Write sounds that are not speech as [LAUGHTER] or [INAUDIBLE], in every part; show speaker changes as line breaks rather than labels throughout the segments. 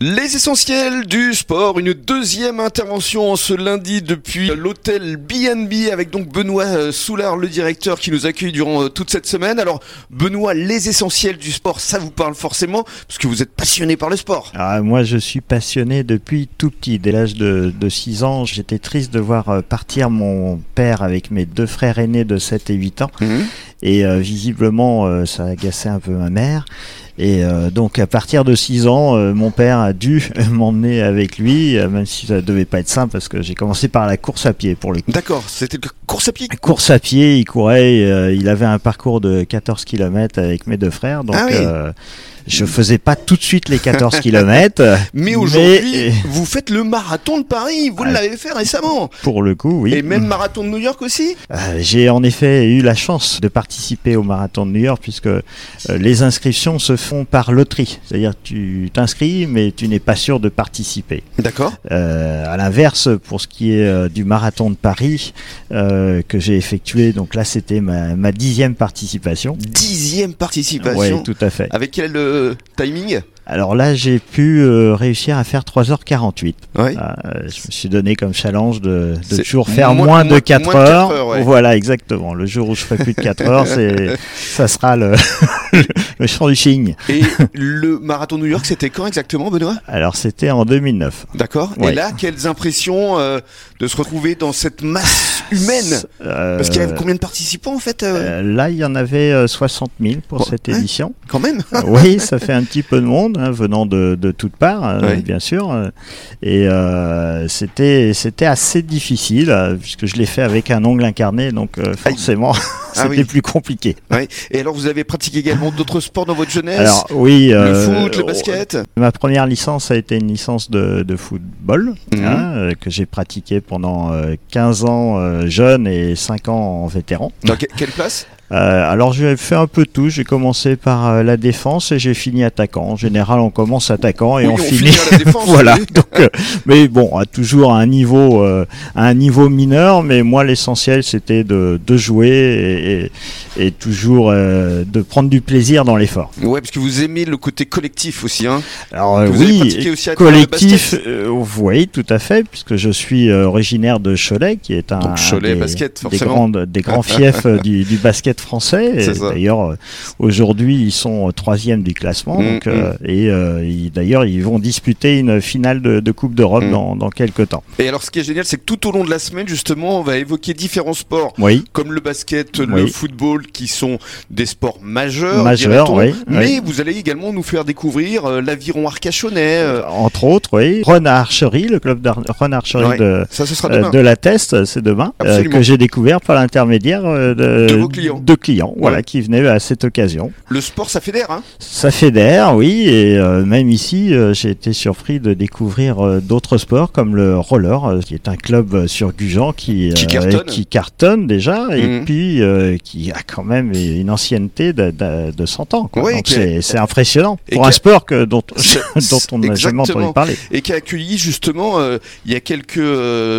Les essentiels du sport, une deuxième intervention ce lundi depuis l'hôtel BNB avec donc Benoît euh, Soulard, le directeur qui nous accueille durant euh, toute cette semaine. Alors Benoît, les essentiels du sport, ça vous parle forcément parce que vous êtes passionné par le sport.
Ah, moi je suis passionné depuis tout petit, dès l'âge de, de 6 ans. J'étais triste de voir euh, partir mon père avec mes deux frères aînés de 7 et 8 ans. Mmh.
Mhm.
Et euh, visiblement euh, ça agaçait un peu ma mère. Et euh, donc à partir de 6 ans, euh, mon père a dû [LAUGHS] m'emmener avec lui, euh, même si ça devait pas être simple parce que j'ai commencé par la course à pied pour le coup.
D'accord, c'était course à pied.
La course à pied, il courait, euh, il avait un parcours de 14 km avec mes deux frères, donc ah oui. je faisais pas tout de suite
[LAUGHS]
les 14 km.
mais aujourd'hui, mais... vous faites le marathon de Paris, vous l'avez fait récemment.
Pour le coup, oui. Bah,
Et même marathon de New York aussi
J'ai en effet eu la chance de participer au marathon de New York puisque euh, les inscriptions se font par loterie. C'est-à-dire tu t'inscris, mais tu n'es pas sûr de participer.
D'accord.
Euh, à l'inverse, pour ce qui est euh, du marathon de Paris euh, que j'ai effectué, donc là c'était ma, ma, dixième participation.
Dixième participation.
Oui, tout à fait.
Avec quel euh, timing
alors là, j'ai pu euh, réussir à faire 3h48.
Oui. Euh,
Ah, je me suis donné comme challenge de, de toujours faire moins, moins, de 4 moins heures. De 4 heures ouais. Voilà, exactement. Le jour où je ferai plus de 4
[LAUGHS]
heures, c'est, ça sera le, [LAUGHS] le champ du ching.
Et le marathon New York, c'était quand exactement, Benoît
Alors c'était en 2009.
D'accord. Ouais. Et là, quelles impressions euh, de se retrouver dans cette masse humaine Parce qu'il y avait combien de participants en fait
Euh,
euh,
Là, il y en avait 60 000 pour bon, cette hein, édition.
Quand même
[LAUGHS] Oui, ça fait un petit peu de monde. Hein, venant de, de, toutes parts, oui. euh, bien sûr. Euh, et euh, c'était c'était assez difficile euh, puisque je l'ai fait avec un ongle incarné, donc euh, forcément. [LAUGHS] c'était ah oui. plus compliqué.
Oui. Et alors, vous avez pratiqué également d'autres sports dans votre jeunesse
Alors, oui. oh,
le euh, foot, le basket
Ma première licence a été une licence de, de football mm -hmm. hein, que j'ai pratiqué pendant 15 ans euh, jeune et 5 ans en vétéran.
Dans quelle place
euh, alors j'ai fait un peu tout, j'ai commencé par euh, la défense et j'ai fini attaquant. En général on commence attaquant et
oui,
on, on, finit, finit
à la
[LAUGHS]
défense,
voilà. Donc, euh, mais bon, à toujours à un niveau euh, à un niveau mineur, mais moi l'essentiel c'était de, de jouer et, et et toujours euh, de prendre du plaisir dans l'effort.
Ouais, parce que vous aimez le côté collectif aussi, hein.
Alors euh,
vous
oui, avez aussi à collectif. Euh, oui, tout à fait, puisque je suis euh, originaire de Cholet, qui est un,
Donc Cholet,
un Ah, des,
basket,
des, grandes, des
[LAUGHS]
grands fiefs du, du, basket français. D'ailleurs, euh, aujourd'hui, ils sont euh, troisième du classement,
Mm,
mmh, donc, mmh. et d'ailleurs, ils vont disputer une finale de, de Coupe
Mm.
d'Europe mmh. dans, dans, quelques temps.
Et alors, ce qui est génial, c'est que tout au long de la semaine, justement, on va évoquer différents sports,
oui.
comme le basket, oui. le football qui sont des sports majeurs,
Majeur, oui,
mais
oui.
vous allez également nous faire découvrir euh, l'aviron arcachonnais, euh...
entre autres, oui, Ron Archery, le club Ron Archery ouais. de,
Ça, ce sera
euh, de la Test, c'est demain, euh, que j'ai découvert par l'intermédiaire euh, de,
de, vos clients,
de clients, ouais. voilà, qui venaient à cette occasion.
Le sport, ça fédère,
[LAUGHS]
hein
Ça fédère, oui, et euh, même ici, j'ai été surpris de découvrir euh, d'autres sports comme le roller, euh, qui est un club sur Gujan qui, euh,
qui, cartonne. Mm.
qui cartonne. déjà, mmh. et puis euh, qui a quand même une ancienneté de, de, de 100 ans.
Oui,
c'est impressionnant pour un sport
[LAUGHS]
que, dont, [LAUGHS] dont on n'a jamais entendu parler.
Et qui a accueilli justement euh, il y a quelques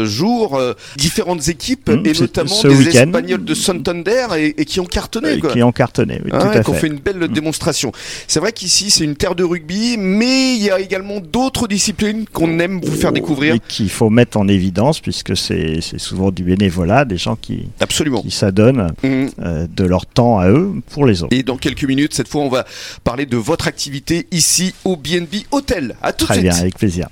jours euh, différentes équipes
Hum,
mmh, et notamment des Espagnols de Santander et, et qui ont cartonné. Quoi.
Euh, Qui ont cartonné, oui, ah, tout ouais, à
qui
fait.
ont fait une belle mmh. démonstration. C'est vrai qu'ici c'est une terre de rugby, mais il y a également d'autres disciplines qu'on aime vous
Oh,
faire découvrir.
Et qu'il faut mettre en évidence puisque c'est souvent du bénévolat, des gens qui,
Absolument. Hum.
qui s'adonnent mmh. euh, de leur temps à eux pour les autres.
Et dans quelques minutes, cette fois, on va parler de votre activité ici au BNB Hotel. À tout
Très
de suite.
bien, avec plaisir.